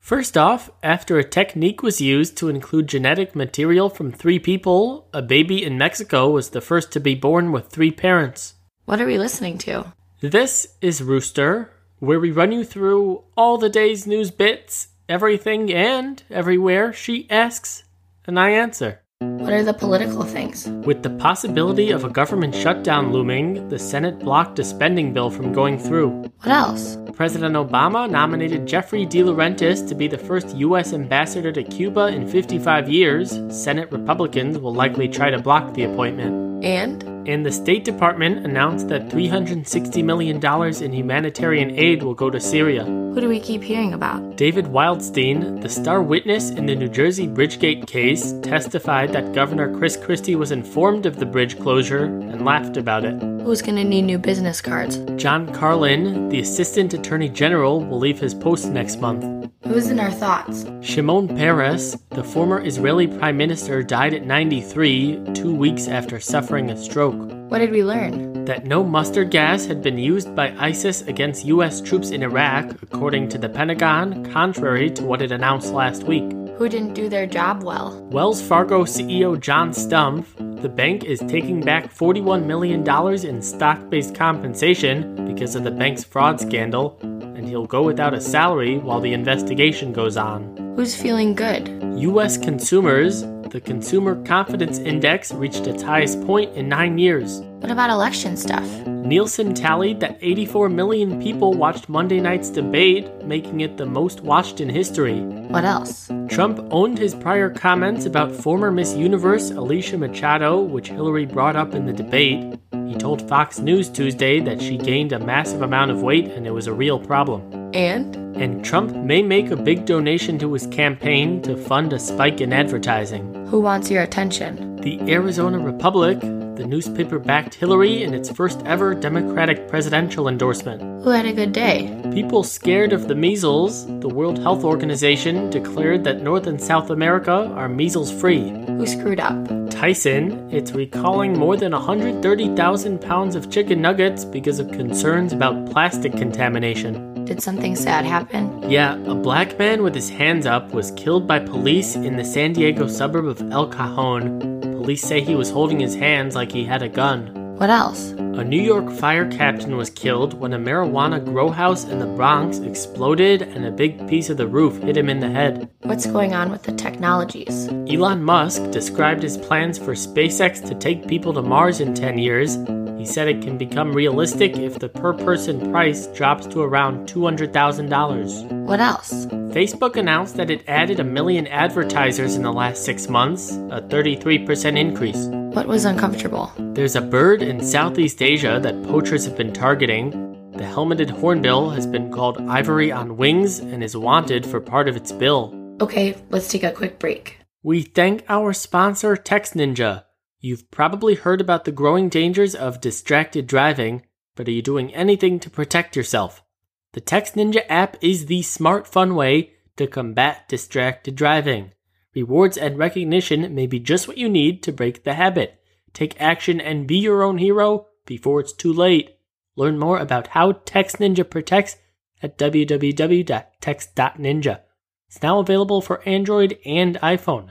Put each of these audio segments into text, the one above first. First off, after a technique was used to include genetic material from three people, a baby in Mexico was the first to be born with three parents. What are we listening to? This is Rooster, where we run you through all the day's news bits, everything and everywhere she asks, and I answer. What are the political things? With the possibility of a government shutdown looming, the Senate blocked a spending bill from going through. What else? President Obama nominated Jeffrey De Laurentiis to be the first U.S. ambassador to Cuba in 55 years. Senate Republicans will likely try to block the appointment. And? And the State Department announced that $360 million in humanitarian aid will go to Syria. Who do we keep hearing about? David Wildstein, the star witness in the New Jersey Bridgegate case, testified that Governor Chris Christie was informed of the bridge closure and laughed about it. Who's gonna need new business cards? John Carlin, the Assistant Attorney General, will leave his post next month. Who's in our thoughts? Shimon Peres, the former Israeli Prime Minister, died at 93, two weeks after suffering a stroke. What did we learn? That no mustard gas had been used by ISIS against U.S. troops in Iraq, according to the Pentagon, contrary to what it announced last week. Who didn't do their job well? Wells Fargo CEO John Stumpf, the bank is taking back $41 million in stock based compensation because of the bank's fraud scandal, and he'll go without a salary while the investigation goes on. Who's feeling good? U.S. consumers, the Consumer Confidence Index reached its highest point in nine years. What about election stuff? Nielsen tallied that 84 million people watched Monday night's debate, making it the most watched in history. What else? Trump owned his prior comments about former Miss Universe Alicia Machado, which Hillary brought up in the debate. He told Fox News Tuesday that she gained a massive amount of weight and it was a real problem. And? And Trump may make a big donation to his campaign to fund a spike in advertising. Who wants your attention? The Arizona Republic, the newspaper backed Hillary in its first ever Democratic presidential endorsement. Who had a good day? People scared of the measles, the World Health Organization declared that North and South America are measles free. Who screwed up? Tyson, it's recalling more than 130,000 pounds of chicken nuggets because of concerns about plastic contamination. Did something sad happen? Yeah, a black man with his hands up was killed by police in the San Diego suburb of El Cajon. Police say he was holding his hands like he had a gun. What else? A New York fire captain was killed when a marijuana grow house in the Bronx exploded and a big piece of the roof hit him in the head. What's going on with the technologies? Elon Musk described his plans for SpaceX to take people to Mars in 10 years. He said it can become realistic if the per person price drops to around $200,000. What else? Facebook announced that it added a million advertisers in the last six months, a 33% increase. What was uncomfortable? There's a bird in Southeast Asia that poachers have been targeting. The helmeted hornbill has been called ivory on wings and is wanted for part of its bill. Okay, let's take a quick break. We thank our sponsor, Text Ninja. You've probably heard about the growing dangers of distracted driving, but are you doing anything to protect yourself? The Text Ninja app is the smart, fun way to combat distracted driving. Rewards and recognition may be just what you need to break the habit. Take action and be your own hero before it's too late. Learn more about how Text Ninja protects at www.text.ninja. It's now available for Android and iPhone.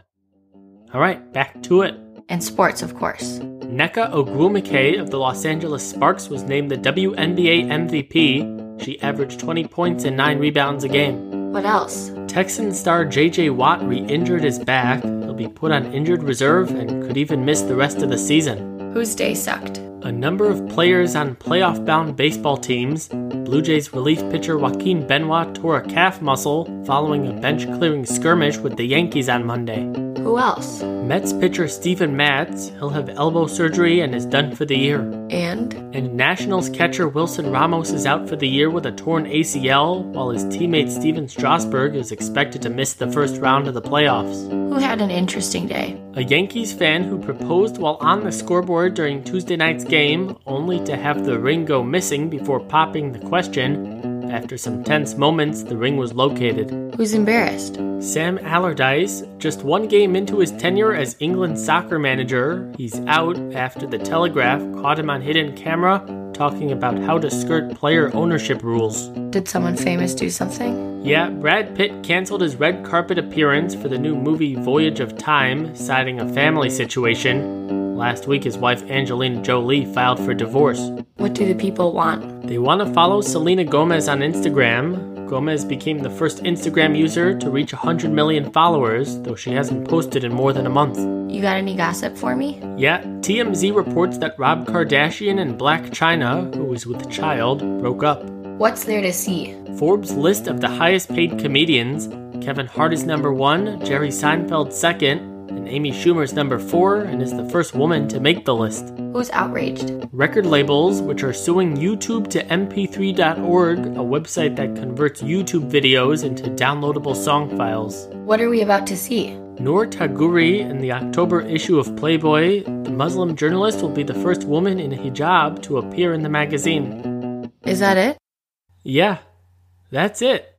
All right, back to it. And sports, of course. Neka Ogwumike of the Los Angeles Sparks was named the WNBA MVP. She averaged 20 points and 9 rebounds a game. What else? Texan star JJ Watt re injured his back. He'll be put on injured reserve and could even miss the rest of the season. Whose day sucked? A number of players on playoff bound baseball teams. Blue Jays relief pitcher Joaquin Benoit tore a calf muscle following a bench clearing skirmish with the Yankees on Monday. Who else? Mets pitcher Steven Matz, he'll have elbow surgery and is done for the year. And? And Nationals catcher Wilson Ramos is out for the year with a torn ACL, while his teammate Steven Strasburg is expected to miss the first round of the playoffs. Who had an interesting day? A Yankees fan who proposed while on the scoreboard during Tuesday night's game, only to have the ring go missing before popping the question. After some tense moments, the ring was located. Who's embarrassed? Sam Allardyce, just one game into his tenure as England's soccer manager, he's out after the Telegraph caught him on hidden camera talking about how to skirt player ownership rules. Did someone famous do something? Yeah, Brad Pitt canceled his red carpet appearance for the new movie Voyage of Time, citing a family situation. Last week, his wife Angelina Jolie filed for divorce. What do the people want? They want to follow Selena Gomez on Instagram. Gomez became the first Instagram user to reach 100 million followers, though she hasn't posted in more than a month. You got any gossip for me? Yeah, TMZ reports that Rob Kardashian and Black China, who is with child, broke up. What's there to see? Forbes' list of the highest paid comedians Kevin Hart is number one, Jerry Seinfeld second, and Amy Schumer's number four, and is the first woman to make the list. Who's outraged? Record labels, which are suing YouTube to mp3.org, a website that converts YouTube videos into downloadable song files. What are we about to see? Noor Taguri in the October issue of Playboy, the Muslim journalist will be the first woman in hijab to appear in the magazine. Is that it? Yeah, that's it.